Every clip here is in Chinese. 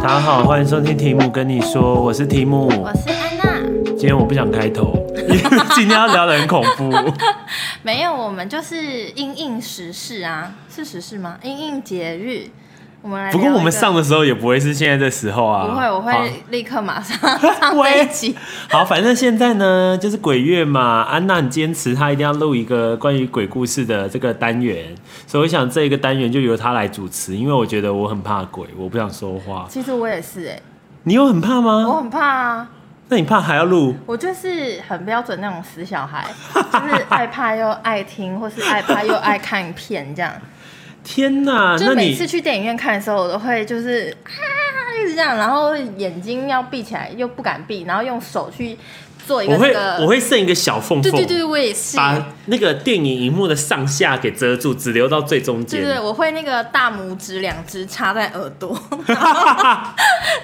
大家好，欢迎收听题目跟你说，我是题目。我是安娜。今天我不想开头， 因为今天要聊的很恐 怖。没有，我们就是因应时事啊，是时事吗？因应节日，我们来。不过我们上。的时候也不会是现在这时候啊。不会，我好会立刻马上 上飞机。好，反正现在呢就是鬼月嘛，安娜很坚持她一定要录一个关于鬼故事的这个单元，所以我想这一个单元就由她来主持，因为我觉得我很怕鬼，我不想说话。其实我也是哎、你有很怕我吗？很怕啊，那你怕还要录？我就是很标准那种死 小孩，就是爱怕又爱听，或是爱怕又爱看片这样。天哪，就啊那是每你次去电影院看的时候，我都会就是啊一直这样，然后眼睛要闭起来又不敢闭，然后用手去做一个我这会个。我会剩一个小缝对缝。对对，我也是。把那个电影荧幕的上下给遮住，只留到最中间。就是我会那个大拇指两只插在耳 朵，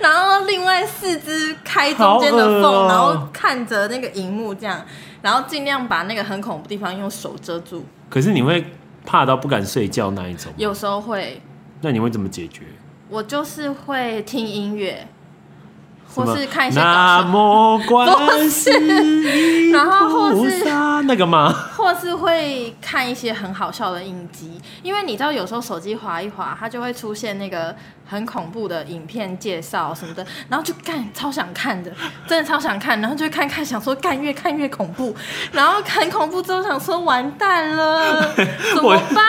然后另外四只开中间的好恶缝，哦然后看着那个荧幕这样，然后尽量把那个很恐怖的地方用手遮住。可是你会怕到不敢睡觉那一种吗，有时候会，那你会怎么解决？我就是会听音乐，什么或是看一些搞南笑，无观世音然后菩或是萨那个吗？或是会看一些很好笑的影集，因为你知道有时候手机滑一滑，它就会出现那个很恐怖的影片介绍什么的，然后就干超想看的，真的超想看，然后就会看看想说干越看越恐怖，然后很恐怖之后想说完 蛋了，怎么办？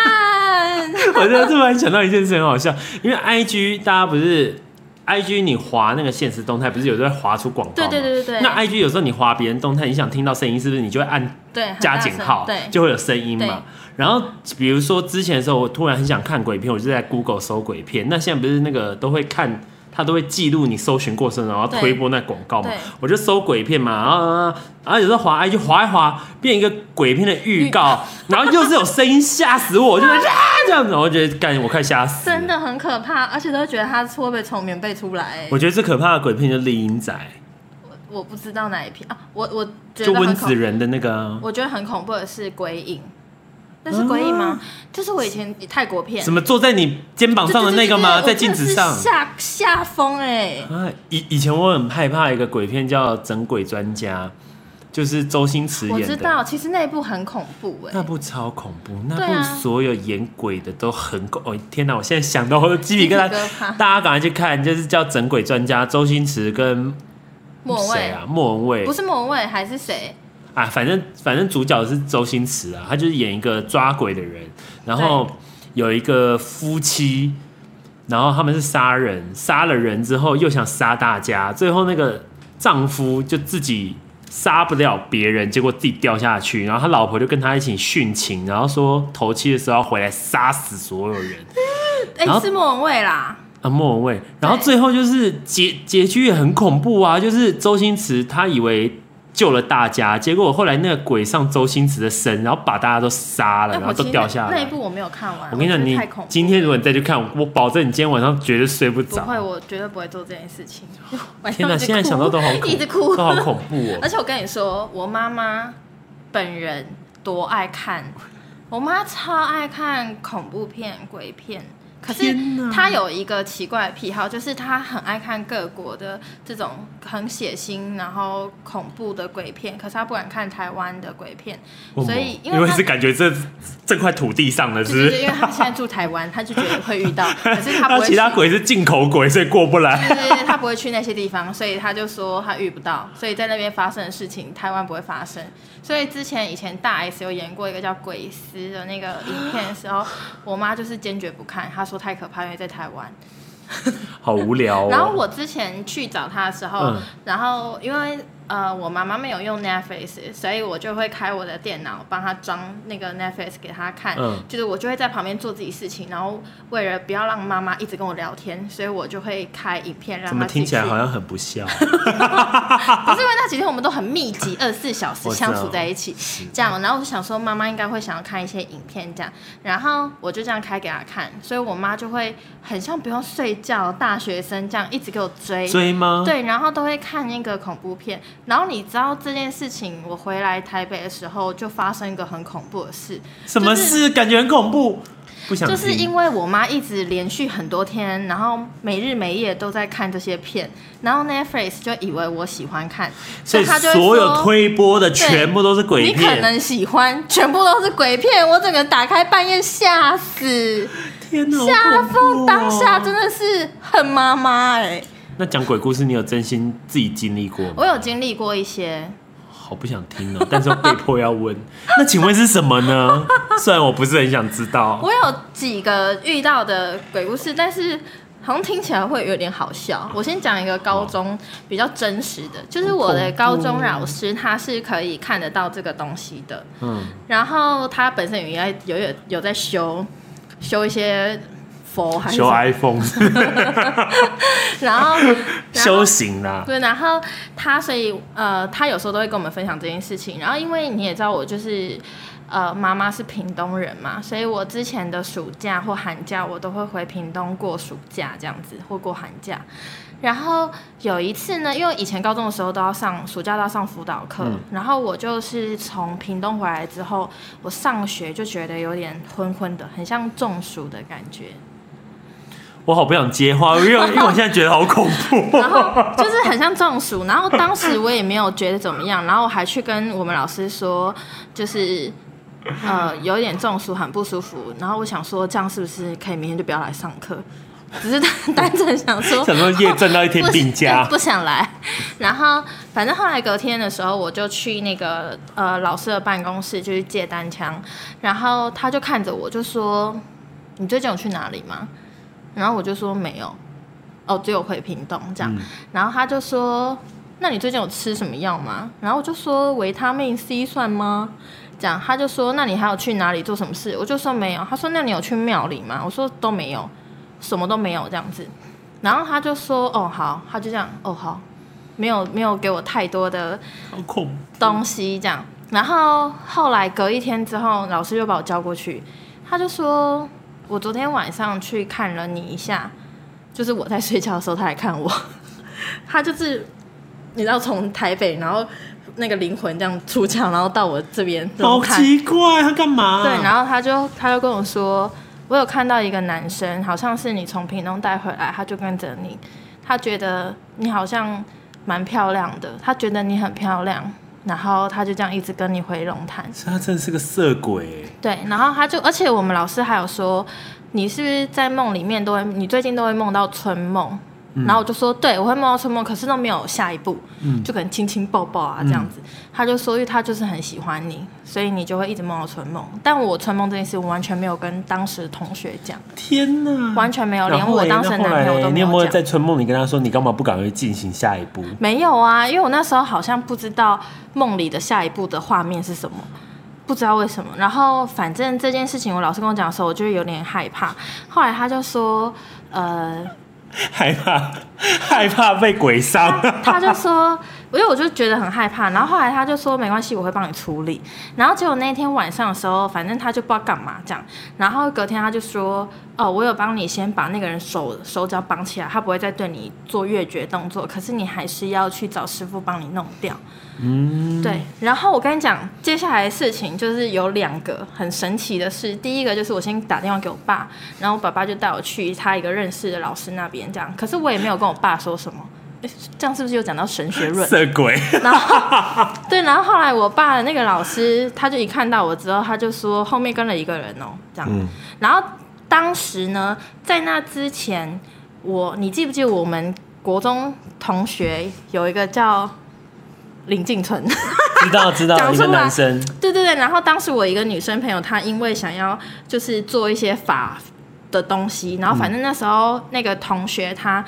我就突然想到一件事，很好笑，因为 I G 大家不是。I G 你滑那个现实动态，不是有时候会滑出广告吗？对对对对对那 I G 有时候你滑别人动态，你想听到声音，是不是你就会按对，很加大减声号，对，就会有声音对嘛。然后比如说之前的时候，我突然很想看鬼片，我就在 Google 搜鬼片。那现在不是那个都会看，它都会记录你搜寻过程，然后对推播那广告嘛对。我就搜鬼片嘛，然后然后然后有时候滑 I 就滑一滑，变一个鬼片的预告，然后又是有声音，吓死我！我就在啊这样子，我就觉得干我快吓死。真，的很可怕，而且都觉得他会不会从棉被出来、我觉得最可怕的鬼片就是《丽英仔我我不知道哪一篇啊，我我》，觉就得温很恐子仁的那个啊我觉得很恐怖的是鬼影，那是鬼影吗？就是我以前泰国片什么坐在你肩膀对上的那个吗？在对对对镜我真的子是上。吓吓疯哎！啊，以以前我很害怕一个鬼片叫《整鬼专家》，就是周星驰演我的。知道，其实那一部很恐怖哎、那部超恐怖，那对啊部所有演鬼的都很恐。哦，天哪！我现在想到我都鸡皮疙瘩啊鸡皮疙。瘩大家赶快去看，就是叫《整鬼专家》，周星驰跟莫文蔚、谁啊？莫文蔚不是莫文蔚还是谁？啊，反正反正主角是周星驰啊，他就是演一个抓鬼的人，然后有一个夫妻，然后他们是杀人，杀了人之后又想杀大家，最后那个丈夫就自己杀不了别人，结果自己掉下去，然后他老婆就跟他一起殉情，然后说头七的时候要回来杀死所有人，哎、然后是莫文蔚啦。啊，莫文蔚。然后最后就是结结局也很恐怖啊，就是周星驰他以为救了大家，结果后来那个鬼上周星驰的身，然后把大家都杀了，哎然后我都其实掉下那一来。部我没有看完，我跟你讲，觉得你太恐怖。今天如果你再去看，我保证你今天晚上绝对睡不不会，着。我绝对不会做这件事情。 晚上天哪，一直现在哭想到都好恐， 一直哭，都好恐怖哦而。且我跟你说，我妈妈本人多爱看，我妈超爱看恐怖片、鬼片。可是天哪她有一个奇怪的癖好，就是她很爱看各国的这种很血腥、然后恐怖的鬼片，可是她不敢看台湾的鬼片，所以因因为她是感觉这这块土地上的，就是不是是？因为她现在住台湾，她就觉得会遇 到，可是她那不会其他去鬼是进口鬼，所以过不 来。就是他不会去那些地方，所以他就说他遇不到，所以在那边发生的事情，台湾不会发生。所以之前以前大 S 有演过一个叫《鬼丝》的那个影片的时候，我妈就是坚决不看，她说太可怕，因为在台湾。好无聊哦。然后我之前去找她的时候，嗯然后因为呃我妈妈没有用 Netflix，所以我就会开我的电脑帮她装那个 Netflix 给她看，嗯就是我就会在旁边做自己事情，然后为了不要让妈妈一直跟我聊天，所以我就会开影片让怎她么听进起去来好像很不孝？不是因为那几天我们都很密集，二十四小时我知道相处在一起，这样。然后我就想说，妈妈应该会想要看一些影片这样，然后我就这样开给她看，所以我妈就会很像不用睡觉大学生这样一直给我追。追吗？ 对，然后都会看那个恐怖片，然后你知道这件事情，我回来台北的时候就发生一个很恐怖的事，什么就是事？感觉很恐怖。不想就是听因为我妈一直连续很多天，然后每日每夜都在看这些片，然后 Netflix 就以为我喜欢看，所以他就会说所有推播的全部都是你鬼可片。能喜欢，全部都是鬼片，我整个打开半夜吓死，天哪，吓好恐怖疯！哦当下真的是很妈妈哎、那讲鬼故事，你有真心自己经历过吗？我有经历过一些，好不想听哦，但是又被迫要问。那请问是什么呢？虽然我不是很想知道。我有几个遇到的鬼故事，但是好像听起来会有点好笑。我先讲一个高中比较真实的，就是我的高中老师他是可以看得到这个东西的，嗯，然后他本身也在有有有在修修一些佛还是什修么， iPhone 然后然后修行啦，对，然后他所以呃，他有时候都会跟我们分享这件事情。然后因为你也知道我就是呃，妈妈是屏东人嘛，所以我之前的暑假或寒假我都会回屏东过暑假这样子，或过寒假。然后有一次呢，因为以前高中的时候都要上暑假都要上辅导课，嗯然后我就是从屏东回来之后，我上学就觉得有点昏昏的，很像中暑的感觉。我好不想接话，因为因为我现在觉得好恐怖。然后就是很像中暑，然后当时我也没有觉得怎么样，然后我还去跟我们老师说，就是呃有点中暑，很不舒服。然后我想说，这样是不是可以明天就不要来上课？只是单单纯想说，想说夜挣到一天不病假 不，不想来。然后反正后来隔天的时候，我就去那个呃老师的办公室，就去借单枪。然后他就看着我，就说：“你最近有去哪里吗？”然后我就说没有，哦，只有回屏东这样。然后他就说：“那你最近有吃什么药吗？”然后我就说：“维他命 C 算吗？”这样他就说：“那你还有去哪里做什么事？”我就说没有。他说：“那你有去庙里吗？”我说：“都没有，什么都没有这样子。”然后他就说：“哦，好。”他就这样：“哦，好。”没有没有给我太多的好恐怖。东西这样。然后后来隔一天之后，老师就把我叫过去，他就说：“我昨天晚上去看了你一下，就是我在睡觉的时候，他来看我。 他就是你知道，从台北，然后那个灵魂这样出窍，然后到我这边，然后好看奇怪，他干嘛？对，然后他就他就跟我说，我有看到一个男生，好像是你从屏东带回来，他就跟着你，他觉得你好像蛮漂亮的，他觉得你很漂亮，然后他就这样一直跟你回龙潭。所以他真的是个色鬼。对，然后他就，而且我们老师还有说，你是不是在梦里面都会，你最近都会梦到春梦？嗯然后我就说，对，我会梦到春梦，可是都没有下一步，就可能亲亲抱抱啊这嗯样子。他就说，因为他就是很喜欢你，所以你就会一直梦到春梦。但我春梦这件事，我完全没有跟当时的同学讲，天哪！完全没有，然连后我嘞当时的嗯那后男来朋友嘞都你没有没有讲。在春梦里跟他说你干嘛不赶快进行下一步？ 没有啊，因为我那时候好像不知道梦里的下一步的画面是什么，不知道为什么。然后反正这件事情，我老师跟我讲的时候，我就有点害怕。后来他就说，呃，害怕，害怕被鬼 伤。他就说，因为我就觉得很害怕。然后后来他就说，没关系，我会帮你处理。然后结果那天晚上的时候，反正他就不知道干嘛这样。然后隔天他就说，哦，我有帮你先把那个人手手脚绑起来，他不会再对你做越绝动作，可是你还是要去找师傅帮你弄掉。嗯，对。然后我跟你讲，接下来的事情就是有两个很神奇的事。第一个就是我先打电话给我爸，然后我爸爸就带我去他一个认识的老师那边，这样。可是我也没有跟我爸说什么。诶这样是不是又讲到神学论？色鬼，然后对，然后后来我爸的那个老师，他就一看到我之后，他就说后面跟了一个人哦，这样。然后当时呢，在那之前，我你记不记得我们国中同学有一个叫林敬存？知道知道，讲一出个来男生，对对对，然后当时我一个女生朋友，她因为想要就是做一些法的东西，然后反正那时候那个同学她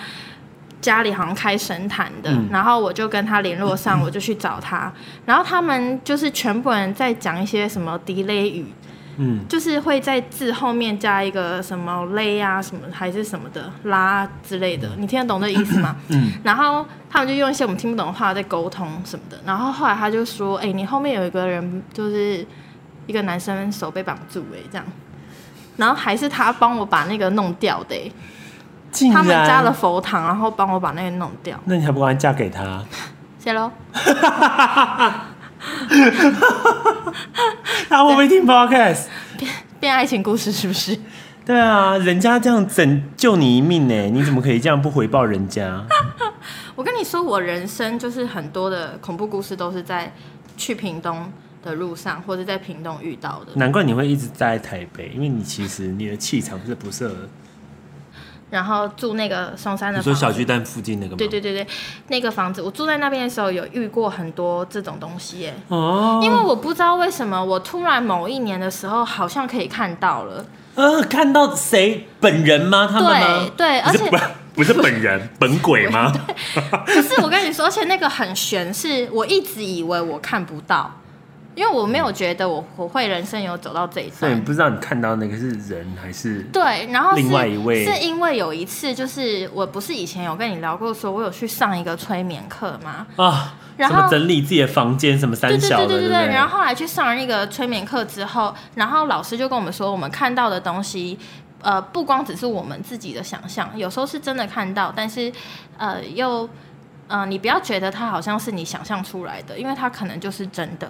家里好像开神坛的，然后我就跟她联络上，我就去找她，然后他们就是全部人在讲一些什么 delay 语，嗯，就是会在字后面加一个什么勒啊，什么还是什么的拉之类的，你听得懂这意思吗？嗯。然后他们就用一些我们听不懂的话在沟通什么的。然后后来他就说：“哎、你后面有一个人，就是一个男生手被绑住、哎，这样。”然后还是他帮我把那个弄掉的、哎竟他然们加了佛堂，然后帮我把那个弄掉。那你还不赶快嫁给 他？谢喽。啊他会不会听 podcast？变爱情故事是不是？对啊，人家这样拯救你一命呢，你怎么可以这样不回报人家？我跟你说，我人生就是很多的恐怖故事都是在去屏东的路上，或者在屏东遇到的。难怪你会一直待在台北，因为你其实你的气场是不适合。然后住那个松山的你房说子，小巨蛋附近那个吗？对对对对，那个房子，我住在那边的时候有遇过很多这种东西耶。哦，因为我不知道为什么，我突然某一年的时候好像可以看到了，呃，看到谁本人吗？他们吗？对对不是哎而且不不是本 人本鬼吗？可是我跟你说，而且那个很悬，是我一直以为我看不到，因为我没有觉得我我会人生有走到这一所以你段。不知道你看到那个是人还是对，然后是另外一位是因为有一次，就是我不是以前有跟你聊过，说我有去上一个催眠课吗？啊？然什后么整理自己的房间，什么三对对小对的，对不对。然后后来去上了那个催眠课之后，然后老师就跟我们说，我们看到的东西，呃，不光只是我们自己的想象，有时候是真的看到，但是呃，又呃，你不要觉得它好像是你想象出来的，因为它可能就是真的。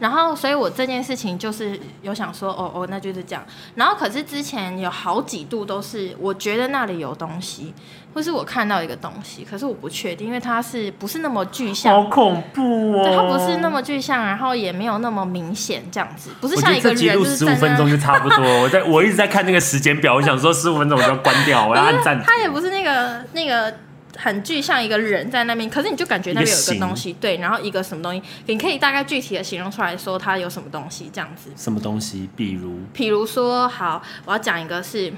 然后，所以我这件事情就是有想说，哦哦，那就是这样。然后，可是之前有好几度都是我觉得那里有东西，或是我看到一个东西，可是我不确定，因为它是不是那么具象好恐怖哦！对，它不是那么具象，然后也没有那么明显，这样子，不是我觉像得一个这集人录就是十五在分那钟。就差不多。 我在我一直在看那个时间表，我想说十五分钟我就要关掉，我要按暂停。它也不是那个那个很具象一个人在那边，可是你就感觉那边有一一个个形东西，对，然后一个什么东西，你可以大概具体的形容出来说它有什么东西这样子。什么东西，比如比如说，好，我要讲一个是，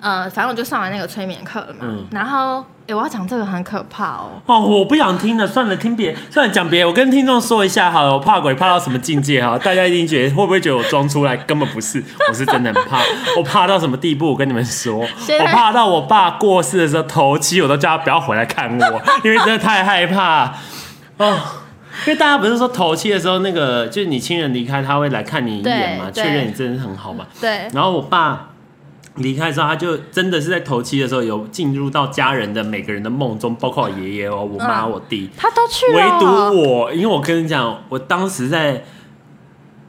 呃，反正我就上完那个催眠课了嘛，嗯然后，哎、我要讲这个很可怕哦，哦，我不想听了，算了，听别，算了，讲别的。我跟听众说一下好了，我怕鬼怕到什么境界哈？大家一定觉得会不会觉得我装出来？根本不是，我是真的很怕。 我怕到什么地步？我跟你们说，谁来我怕到我爸过世的时候，头七我都叫他不要回来看我，因为真的太害怕哦。因为大家不是说头七的时候，那个就是你亲人离开，他会来看你一眼嘛，对确对认你真的是很好嘛。对，然后我爸离开之后，他就真的是在头七的时候有进入到家人的每个人的梦中，包括我爷爷哦、我妈、嗯我弟，他都去了，唯独我，因为我跟你讲，我当时在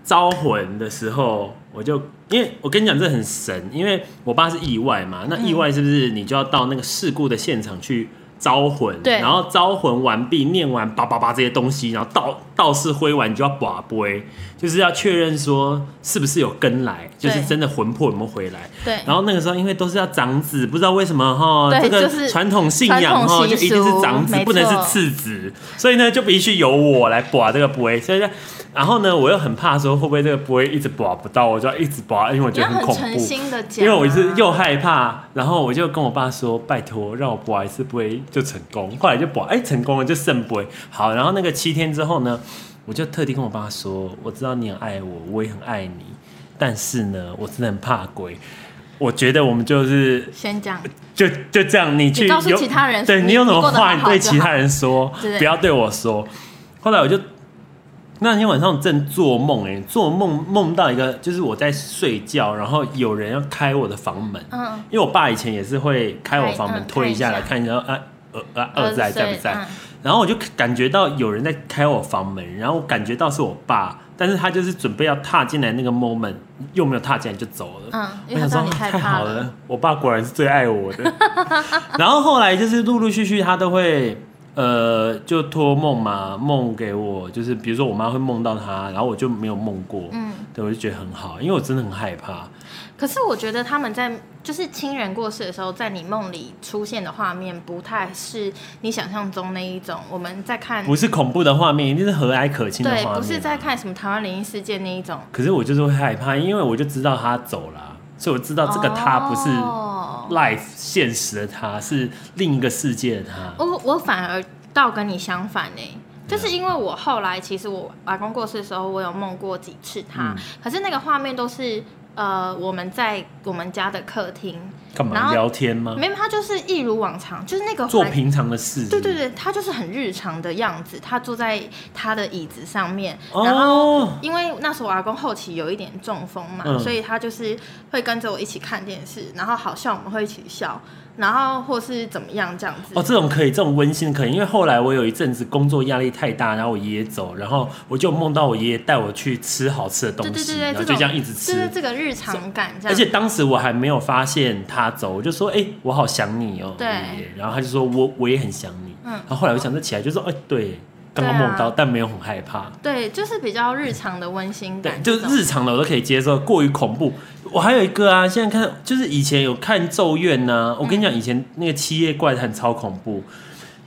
招魂的时候，我就因为我跟你讲这很神，因为我爸是意外嘛，嗯那意外是不是你就要到那个事故的现场去？招魂，对然后招魂完毕，念完叭叭叭这些东西，然后道道士挥完，你就要把杯，就是要确认说是不是有跟来，对就是真的魂魄有没有回来。对，然后那个时候，因为都是要长子，不知道为什么哈，对这就个是传统信仰传哈，统就习一定是俗长子没，错不能是次子，所以呢，就必须由我来拔这个卜所以呢，然后呢，我又很怕说会不会这个卜一直拔不到，我就要一直拔，因为我你觉要得很恐诚怖。心的讲、因啊，为我是又害怕，然后我就跟我爸说：“拜托，让我拔一次不会就成功。”后来就拔，哎、成功了就圣不好，然后那个七天之后呢，我就特地跟我爸说：“我知道你很爱我，我也很爱你，但是呢，我真的很怕鬼。我觉得我们就是先讲，就就这样，你去你告诉有其他人对你你有什么你过得话，很你好对就其好他人说对，不要对我说。后来我就那天晚上正做梦，哎，做梦梦到一个，就是我在睡觉，然后有人要开我的房门，嗯，因为我爸以前也是会开我房开门嗯推一下看来一下看一下，啊，二啊二在所在以不在？嗯然后我就感觉到有人在开我房门，然后我感觉到是我爸，但是他就是准备要踏进来那个 moment，又没有踏进来就走了。嗯因我想为他知说道你害太怕好了了，我爸果然是最爱我的。 然后后来就是陆陆续续他都会。呃，就托梦嘛，梦给我，就是比如说我妈会梦到他，然后我就没有梦过，嗯对，我就觉得很好，因为我真的很害怕。可是我觉得他们在就是亲人过世的时候，在你梦里出现的画面，不太是你想象中那一种。我们在看，不是恐怖的画面，一定是和蔼可亲的对画面。，哦不是在看什么台湾灵异事件那一种。可是我就是会害怕，因为我就知道他走了啊，所以我知道这个他不是哦 life 现实的他，是另一个世界的他。我我反而倒跟你相反呢、就是因为我后来其实我阿公过世的时候，我有梦过几次他，嗯可是那个画面都是呃我们在我们家的客厅，干然嘛后聊天吗？没有他就是一如往常，就是那个做环平常的事。对对对，他就是很日常的样子，他坐在他的椅子上面，然后。哦，因为那时候我阿公后期有一点中风嘛，嗯所以他就是会跟着我一起看电视，然后好笑我们会一起笑，然后或是怎么样这样子。哦，这种可以，这种温馨的可以，因为后来我有一阵子工作压力太大，然后我爷爷走，然后我就梦到我爷爷带我去吃好吃的东对对西，对对，然后这就种这样一直吃，就是这个日常感这样。而且当时我还没有发现他走，我就说：“哎、我好想你哦、对爷爷然后他就说：“我我也很想你。”嗯然后后来我想着起来就说：“哎、对，刚刚对啊梦到，但没有很害怕。对，就是比较日常的温馨对，感就这是种，日常的我都可以接受，过于恐怖。我还有一个啊，现在看就是以前有看《咒怨》呐，我跟你讲，以前那个《七夜怪谈》超恐怖，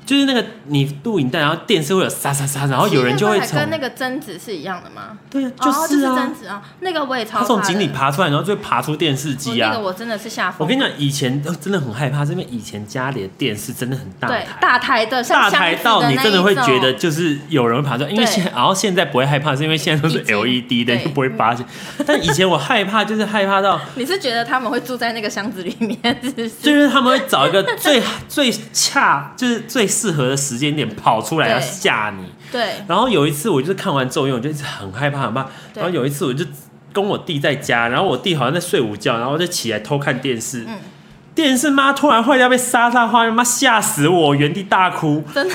就是那个你录影带，然后电视会有沙沙沙，然后有人就会其实从跟那个贞子是一样的吗？对啊，哦，就是啊，贞子啊，那个我也他超怕的。从井里爬出来，然后就会爬出电视我机啊。那个我真的是吓疯。我跟你讲，以前呃真的很害怕，是因为以前家里的电视真的很大对台，大台的，像大箱台子到的你那真的一会觉种得就是有人会爬出来，因为对现在然后现在不会害怕，是因为现在都是已经 LED 的，对你就不会发现。但以前我害怕，就是害怕到你是觉得他们会住在那个箱子里面，是不是？就是他们会找一个最 最恰就是最适合的时间点跑出来对要吓你。对，然后有一次我就是看完《咒怨》，我就一直很害怕很怕。对然后有一次我就跟我弟在家，然后我弟好像在睡午觉，然后我就起来偷看电视。嗯电视妈突然坏掉，被沙沙花，妈吓死我，原地大哭，真的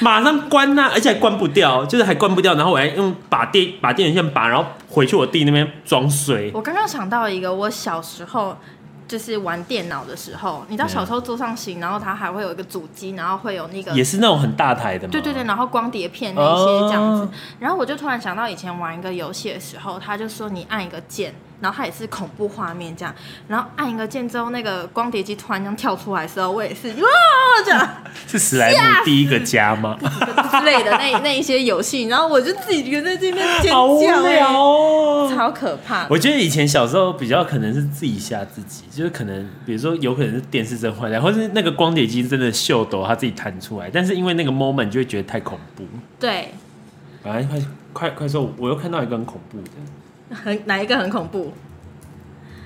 马上关啊呐、而且还关不掉，就是还关不掉，然后我还用把电把电源线拔，然后回去我弟那边装水。我刚刚想到一个，我小时候就是玩电脑的时候，你知道小时候桌上型，然后它还会有一个主机，然后会有那个。也是那种很大台的嘛，对对对，，然后光碟片那一些这样子，哦然后我就突然想到以前玩一个游戏的时候，他就说你按一个键，然后它也是恐怖画面这样，然后按一个键之后，那个光碟机突然这样跳出来的时候，我也是哇这样，是史莱姆第一个家吗？之类的那那一些游戏，然后我就自己觉得在这边尖好无叫、聊欸，哦。超可怕。我觉得以前小时候比较可能是自己吓自己，就是可能比如说有可能是电视真坏掉，或是那个光碟机真的秀抖它自己弹出来，但是因为那个 moment 就会觉得太恐怖。对，来，快快快说！我又看到一个很恐怖的，很哪一个很恐怖？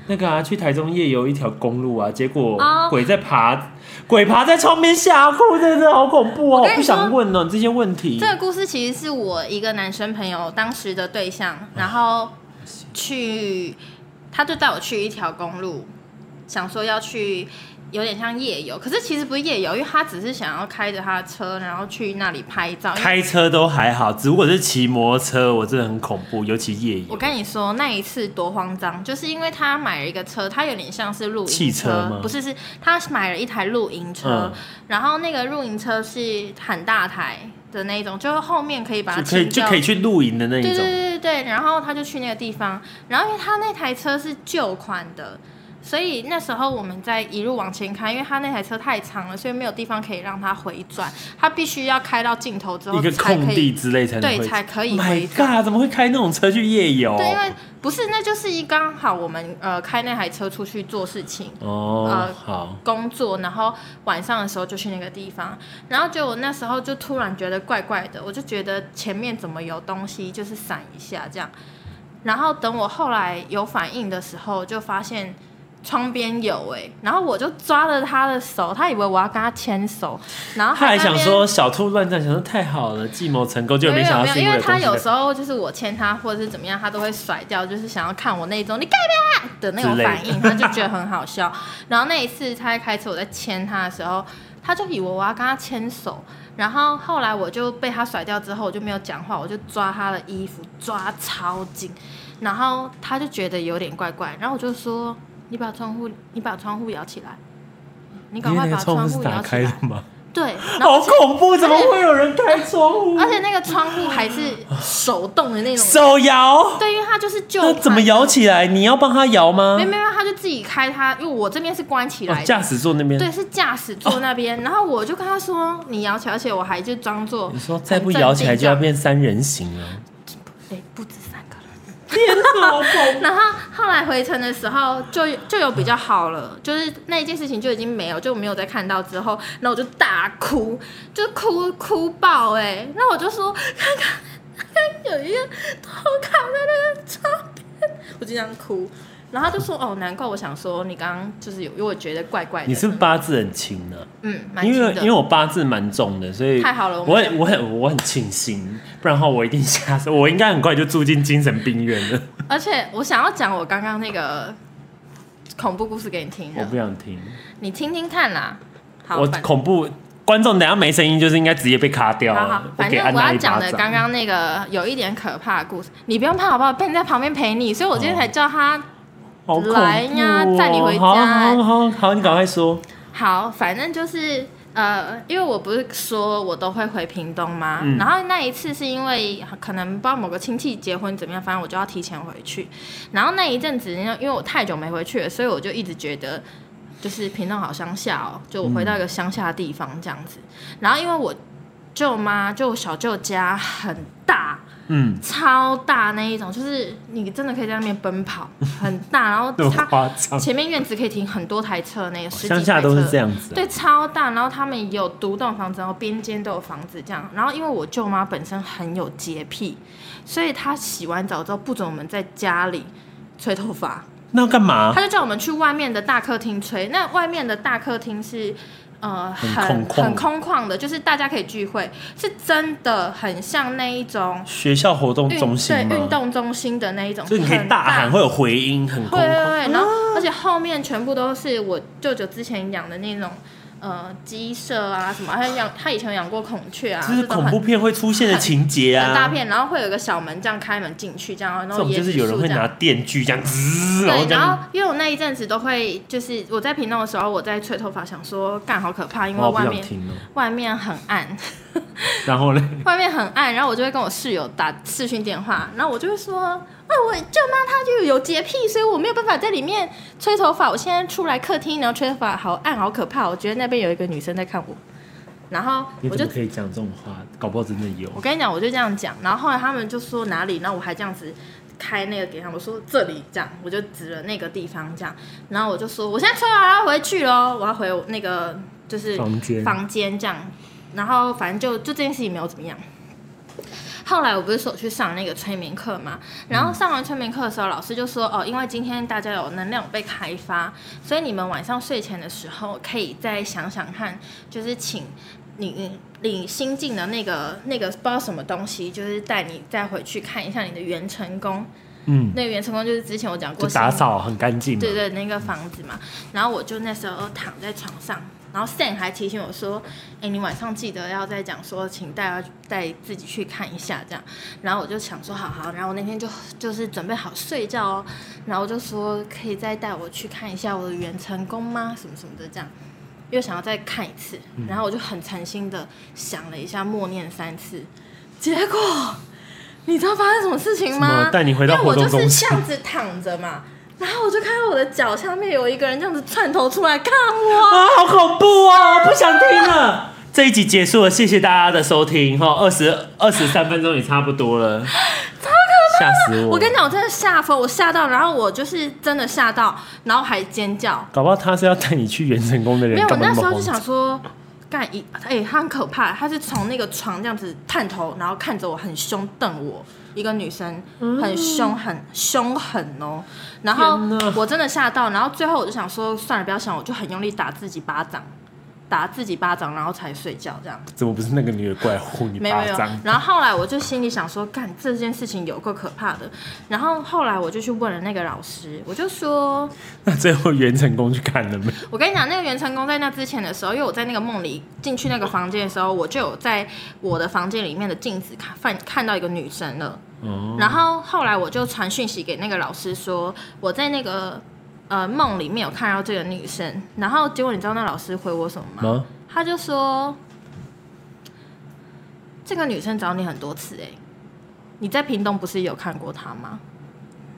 那个啊，去台中夜游一条公路啊，结果哦鬼在爬，鬼爬在窗边吓哭，真的好恐怖哦！我我跟你不想问哦，这些问题这。个故事其实是我一个男生朋友当时的对象，然后去，他就带我去一条公路，想说要去。有点像夜游，可是其实不是夜游，因为他只是想要开着他的车，然后去那里拍照。因为开车都还好，只不过是骑摩托车，我真的很恐怖，尤其夜我游。跟你说，那一次多慌张，就是因为他买了一个车，他有点像是露营汽车吗不是，是他买了一台露营嗯车，然后那个露营车是很大台的那一种，就是后面可以把它就可以清就掉可以去露营的那一对对种。对对对，然后他就去那个地方，然后因为他那台车是旧款的，所以那时候我们在一路往前开，因为他那台车太长了，所以没有地方可以让他回转，他必须要开到尽头之后一个才空可以地之类才能对会，Oh 才可以 My 回转 God，怎么会开那种车去夜游？对，因为不是，那就是一刚好我们呃开那台车出去做事情。哦呃，好，工作，然后晚上的时候就去那个地方，然后就我那时候就突然觉得怪怪的，我就觉得前面怎么有东西，就是闪一下这样。然后等我后来有反应的时候，就发现窗边有哎、然后我就抓了他的手，他以为我要跟他牵手，然后他还在那想边说小兔乱撞，想说太好了，计谋成功，就没没有想到没有，是因为为了东他西有的时候就是我牵他或者是怎么样，他都会甩掉，就是想要看我那种你干嘛的那种反应，他就觉得很好笑。然后那一次他一开始我在牵他的时候，他就以为我要跟他牵手，然后后来我就被他甩掉之后，我就没有讲话，我就抓他的衣服抓超紧，然后他就觉得有点怪怪，然后我就说你把窗户你把窗户摇起来，你赶因为快那把个窗户户是摇打起开来的，吗？对，然好后恐怖，怎么会有人开窗户？而且那个窗户还是手动的那种，手摇，对，因为它就是旧那款，怎么摇？起来？你要帮他摇吗没？没有，他就自己开它，因为我这边是关起哦来，的，驾驶座那边。对，是驾驶座 那边。然后我就跟他说你摇起来，而且我还就装作你说再不摇起来就要很变三人行了， 镇定这样，对，不止三个人。天哪，好恐怖！然后后来回程的时候就就有比较好了，就是那一件事情就已经没有，就没有再看到之后，然后我就大哭，就哭哭爆哎、欸，那我就说看看看看有一个头卡在那个窗边，我就这样哭。然后他就说：“哦，难怪我想说你刚刚就是有，因为我觉得怪怪的。”你是不是八字很轻呢、嗯，蛮因为轻的因为我八字蛮重的，所以太好了我我们很我很我很庆幸，不然的话我一定吓死， 我应该很快就住进精神病院了。而且我想要讲我刚刚那个恐怖故事给你听我了，不想听。你听听看啦。好，我反恐怖观众等下没声音，就是应该直接被卡掉好好啊，我反给正安我娜要一讲巴的掌。刚刚那个有一点可怕的故事，你不用怕好不好？贝在旁边陪你，所以我今天才叫他。好恐来呀怖哦载你回好家好好好，你赶快说。好，反正就是呃，因为我不是说我都会回屏东吗？嗯然后那一次是因为可能不知道某个亲戚结婚怎么样，反正我就要提前回去。然后那一阵子，因为因为我太久没回去了，所以我就一直觉得。就是屏东好乡下哦，就我回到一个乡下的地方这样子。然后因为我舅妈就我小舅家很大，嗯，超大那一种，就是你真的可以在那边奔跑，很大。然后那么 它夸张，前面院子可以停很多台车，那个十几乡下台都是车这样子、啊。对，超大。然后他们有独栋房子，然后边间都有房子这样。然后因为我舅妈本身很有洁癖，所以她洗完澡之后不准我们在家里吹头发，那要干嘛？她就叫我们去外面的大客厅吹。那外面的大客厅是。呃，很很空旷很空旷的，就是大家可以聚会，是真的很像那一种学校活动运中心对吗？运动中心的那一种，所以你可以很大喊，会有回音，很空啊会会旷。会，然后而且后面全部都是我舅舅之前养的那种呃鸡舍啊什么，还有养他以前有养过孔雀啊，这是种恐很怖片会出现的情节很大啊！片，然后会有一个小门这样开门进去，这样然这后种椰就子是有人树会这拿样。电锯这样滋，然后对，这然后样。因为我那一阵子都会，就是我在屏东的时候，我在吹头发，想说干好可怕，因为哦我不外想面听了。外面很暗， 然后嘞，外面很暗，然后我就会跟我室友打视讯电话，然后我就会说，啊，我舅妈她就有洁癖，所以我没有办法在里面吹头发。我现在出来客厅，然后吹头发，好暗，好可怕。我觉得那边有一个女生在看我，然后你我怎就么可以讲这种话？搞不好真的有我。跟你讲，我就这样讲，然后后来他们就说哪里，然后我还这样子开那个给他们，我说这里这样，我就指了那个地方这样，然后我就说我现在吹完要回去喽，我要回我那个就是房间房间这样，然后反正就就这件事情没有怎么样。后来我不是说去上那个催眠课嘛，然嗯后上完催眠课的时候，老师就说哦，因为今天大家有能量有被开发，所以你们晚上睡前的时候可以再想想看，就是请你你新进的那个那个不知道什么东西，就是带你再回去看一下你的元成功。嗯，那个元成功就是之前我讲过就打新扫很干净嘛。对对，那个房子嘛。然后我就那时候躺在床上，然后 Sam 还提醒我说：“哎，你晚上记得要再讲说，请带带自己去看一下这样。”然后我就想说：“好好。”然后我那天就就是准备好睡觉哦，然后我就说：“可以再带我去看一下我的元成功吗？什么什么的这样。”又想要再看一次，嗯然后我就很诚心的想了一下，默念三次，结果你知道发生什么事情什吗么？带你回到因为我活动就中心是这样子躺着嘛，然后我就看到我的脚下面有一个人这样子窜头出来看我，啊，好恐怖哦！不想听了。这一集结束了，谢谢大家的收听哈，二十二十三分钟也差不多 了，吓死我！我跟你讲，我真的吓疯，我吓到，然后我就是真的吓到，然后还尖叫。搞不好他是要带你去元成功的人，没有，我干嘛那那时么候就慌想说，干一哎、他很可怕，他是从那个床这样子探头，然后看着我很凶瞪我，一个女生很凶很凶狠哦。然后天哪我真的吓到，然后最后我就想说，算了，不要想，我就很用力打自己巴掌，打自己巴掌，然后才睡觉这样。怎么不是那个女的过来护你没有巴没有掌，？然后后来我就心里想说，干这件事情有够可怕的。然后后来我就去问了那个老师，我就说，那最后袁成功去看了没？我跟你讲，那个袁成功在那之前的时候，因为我在那个梦里进去那个房间的时候，我就有在我的房间里面的镜子看看看到一个女生了。哦，然后后来我就传讯息给那个老师说，我在那个呃梦里面有看到这个女生。然后结果你知道那老师回我什么吗？吗？他就说，这个女生找你很多次哎、你在屏东不是有看过她吗？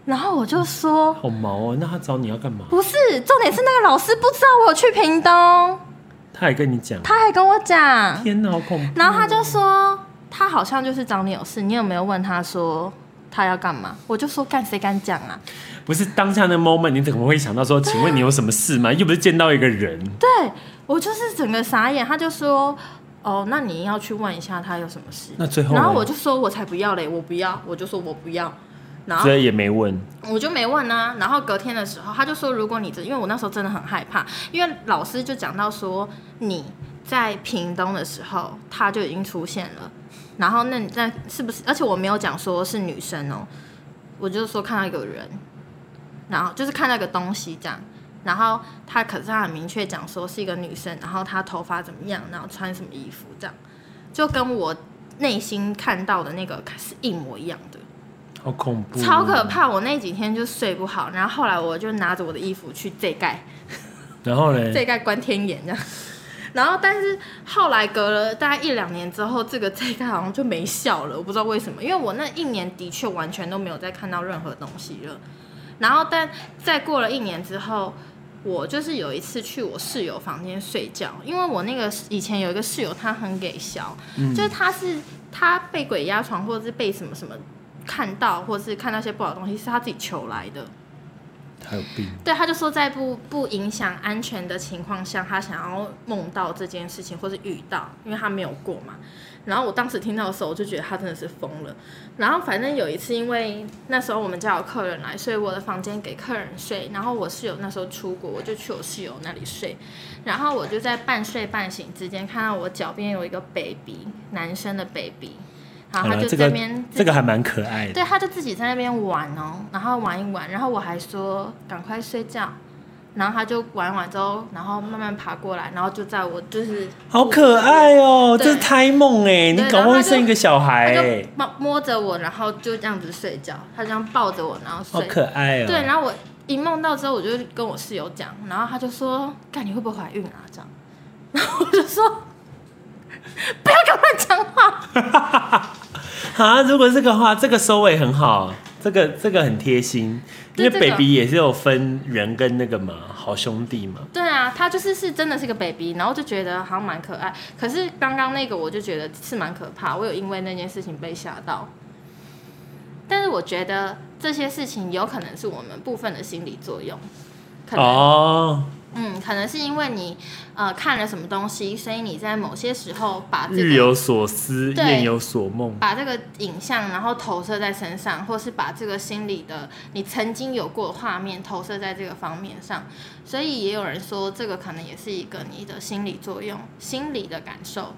然后我就说，好毛哦，那他找你要干嘛？不是，重点是那个老师不知道我有去屏东，他还跟你讲，他还跟我讲，天哪，好恐怖！啊然后他就说，他好像就是找你有事，你有没有问他说？他要干嘛？我就说干谁敢讲啊？不是当下那 moment，你怎么会想到说，请问你有什么事吗？又不是见到一个人，对我就是整个傻眼。他就说，哦，那你要去问一下他有什么事。那最后呢然后我就说，我才不要嘞，我不要，我就说我不要。然后所以也没问。我就没问啊。然后隔天的时候，他就说，如果你真，因为我那时候真的很害怕，因为老师就讲到说你在屏东的时候，他就已经出现了。然后那你在是不是？而且我没有讲说是女生哦，我就说看到一个人，然后就是看到一个东西这样。然后他可是他很明确讲说是一个女生，然后她头发怎么样，然后穿什么衣服这样，就跟我内心看到的那个是一模一样的。好恐怖，哦超可。怕！我那几天就睡不好，然后后来我就拿着我的衣服去遮盖，然后嘞，遮盖关天眼这样。 然后，但是后来隔了大概一两年之后，这个遮盖好像就没效了，我不知道为什么，因为我那一年的确完全都没有再看到任何东西了。然后，但再过了一年之后，我就是有一次去我室友房间睡觉，因为我那个以前有一个室友，他很给笑，就是他是他被鬼压床，或者是被什么什么看到，或者是看到一些不好的东西，是他自己求来的。他有病，对，他就说在不不影响安全的情况下，他想要梦到这件事情或是遇到，因为他没有过嘛。然后我当时听到的时候，我就觉得他真的是疯了。然后反正有一次，因为那时候我们家有客人来，所以我的房间给客人睡。然后我室友那时候出国，我就去我室友那里睡。然后我就在半睡半醒之间，看到我脚边有一个 baby，男生的 baby，然后好他了就这在个那边自己这个还蛮可爱的。对，他就自己在那边玩哦，然后玩一玩，然后我还说赶快睡觉，然后他就玩完之后，然后慢慢爬过来，然后就在我就是好可爱哦、对这是胎梦哎，你对搞不好然后他会就生一个小他孩哎、就摸摸着我，然后就这样子睡觉，他这样抱着我，然后好睡。可爱哦、对，然后我一梦到之后，我就跟我室友讲，然后他就说：“看你会不会怀孕啊？”这样， 然后我就说：“ 不要跟我乱讲话。啊，如果这个话，这个收尾很好，这个这个很贴心，因对为这个 baby 也是有分人跟那个嘛，好兄弟嘛。”对啊，他就是是真的是个 baby，然后就觉得好像蛮可爱。可是刚刚那个我就觉得是蛮可怕，我有因为那件事情被吓到。但是我觉得这些事情有可能是我们部分的心理作用，可能、哦，嗯，可能是因为你呃看了什么东西，所以你在某些时候把这日个有所思，对夜有所梦。把这个影像，然后投射在身上，或是把这个心里的你曾经有过的画面投射在这个方面上，所以也有人说这个可能也是一个你的心理作用、心理的感受。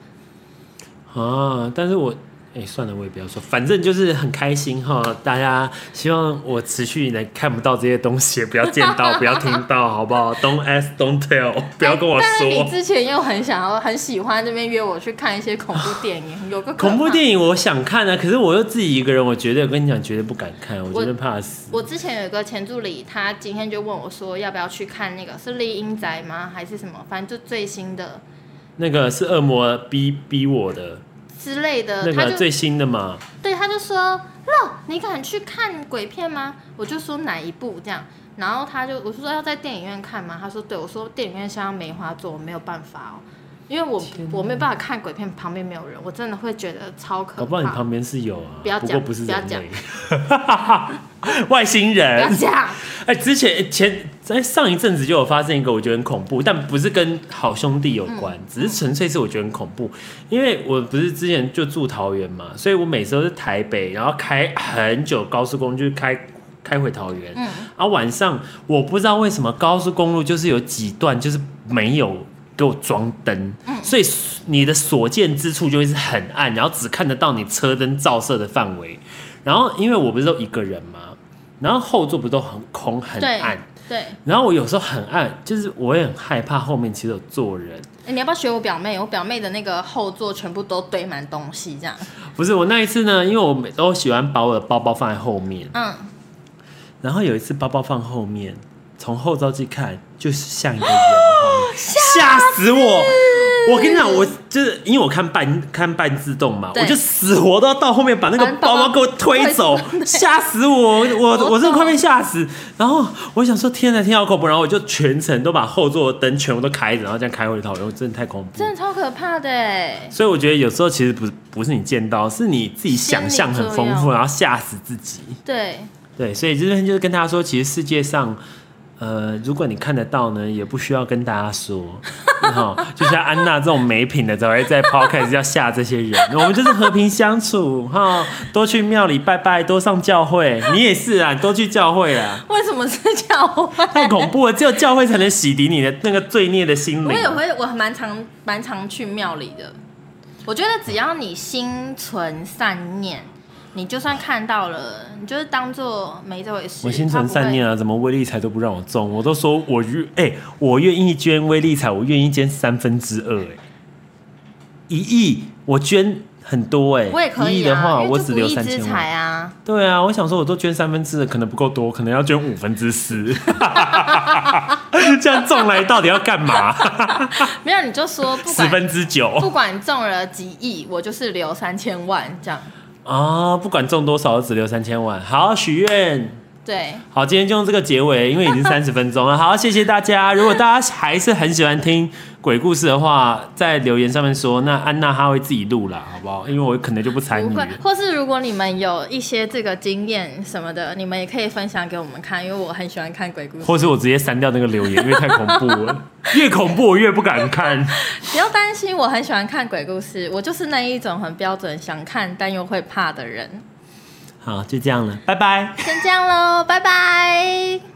啊，但是我哎、算了，我也不要说，反正就是很开心哈。大家希望我持续能看不到这些东西，也不要见到，不要听到，好不好？Don't ask, don't tell，不要跟我但是哎你说。之前又很想要、很喜欢这边约我去看一些恐怖电影，有个恐怖影。电影我想看啊，可是我又自己一个人，我绝对我跟你讲，绝对不敢看，我我觉得怕死。我之前有一个前助理，他今天就问我说要不要去看那个是《丽英宅》吗？还是什么？反正就最新的那个是恶魔逼逼我的，之类那的。呃他个啊就最新的嘛，对，他就说：“乐，你敢去看鬼片吗？”我就说哪一部这样，然后他就我说要在电影院看吗？他说对，我说电影院现在梅花座，我没有办法哦，因为我我没有办法看鬼片，旁边没有人，我真的会觉得超可搞不好你怕。旁边是有啊，不要不过讲不是不要人讲类， 外星不 要人。这样，哎、之前前在上一阵子就有发生一个我觉得很恐怖，但不是跟好兄弟有关，只是纯粹是我觉得很恐怖，因为我不是之前就住桃园嘛，所以我每次都是台北，然后开很久高速公路，就是开开回桃园，嗯啊晚上我不知道为什么高速公路就是有几段就是没有。给我装灯，嗯所以你的所见之处就会是很暗，然后只看得到你车灯照射的范围。然后因为我不是都一个人嘛，然后后座不都很空很对暗，对、然后我有时候很暗，就是我也很害怕后面其实有坐人。欸诶你要不要学我表妹？我表妹的那个后座全部都堆满东西，这样，不是我那一次呢，因为我每都喜欢把我的包包放在后面，嗯，然后有一次包包放后面，从后照镜看就是像一个人的画面，吓死我！我跟你讲，我就是因为我看半看半自动嘛，对我就死活都要到后面把那个把包包包包给我推走，吓死我！我我懂我真的快被吓死。然后我想说，天哪，天啊好恐怖！然后我就全程都把后座的灯全部都开着，然后这样开回桃园，我真的太恐怖了真。的超可怕的欸诶所以我觉得有时候其实不是不是你见到，是你自己想象很丰心理富，作然后吓死自己。对，对，所以这边就是跟大家说，其实世界上，呃，如果你看得到呢，也不需要跟大家说， 哈、就像安娜这种没品的才会在 podcast 要吓这些人。我们就是和平相处，哈、多去庙里拜拜，多上教会。你也是啊，多去教会啊，为什么是叫我？ 太恐怖了，只有教会才能洗涤你的那个罪孽的心我灵。也会，我还蛮常蛮常去庙里的。我觉得只要你心存善念，你就算看到了，你就是当做没这回事。我心他存不会善念啊，怎么威力彩都不让我中？我都说我愿，哎、我愿意捐威力彩，我愿意捐三分之二，哎，一亿，我捐很多、哎，我也可一以亿的啊，话，因我为这只不留义三之千财万。啊。对啊，我想说我都捐三分之二，可能不够多，可能要捐五分之四， 这样中来到底要干 嘛？没有，你 就说不十管分之九不管中了几亿，我就是留三千万这样。啊，不管中多少，我只留三千万。好，许愿。对，好，今天就用这个结尾，因为 已经三十分钟了。好，谢谢大家。如果大家还是很喜欢听鬼故事的话，在留言上面说，那安娜她会自己录啦，好不好？因为我可能就不参不与会了。。或是如果你们有一些这个经验什么的，你们也可以分享给我们看，因为我很喜欢看鬼故事。或是我直接删掉那个留言，因为太恐怖 了，越恐怖我越不敢看。不要担心，我很喜欢看鬼故事，我就是那一种很标准想看但又会怕的人。好，就这样了，拜拜。先这样喽，拜拜。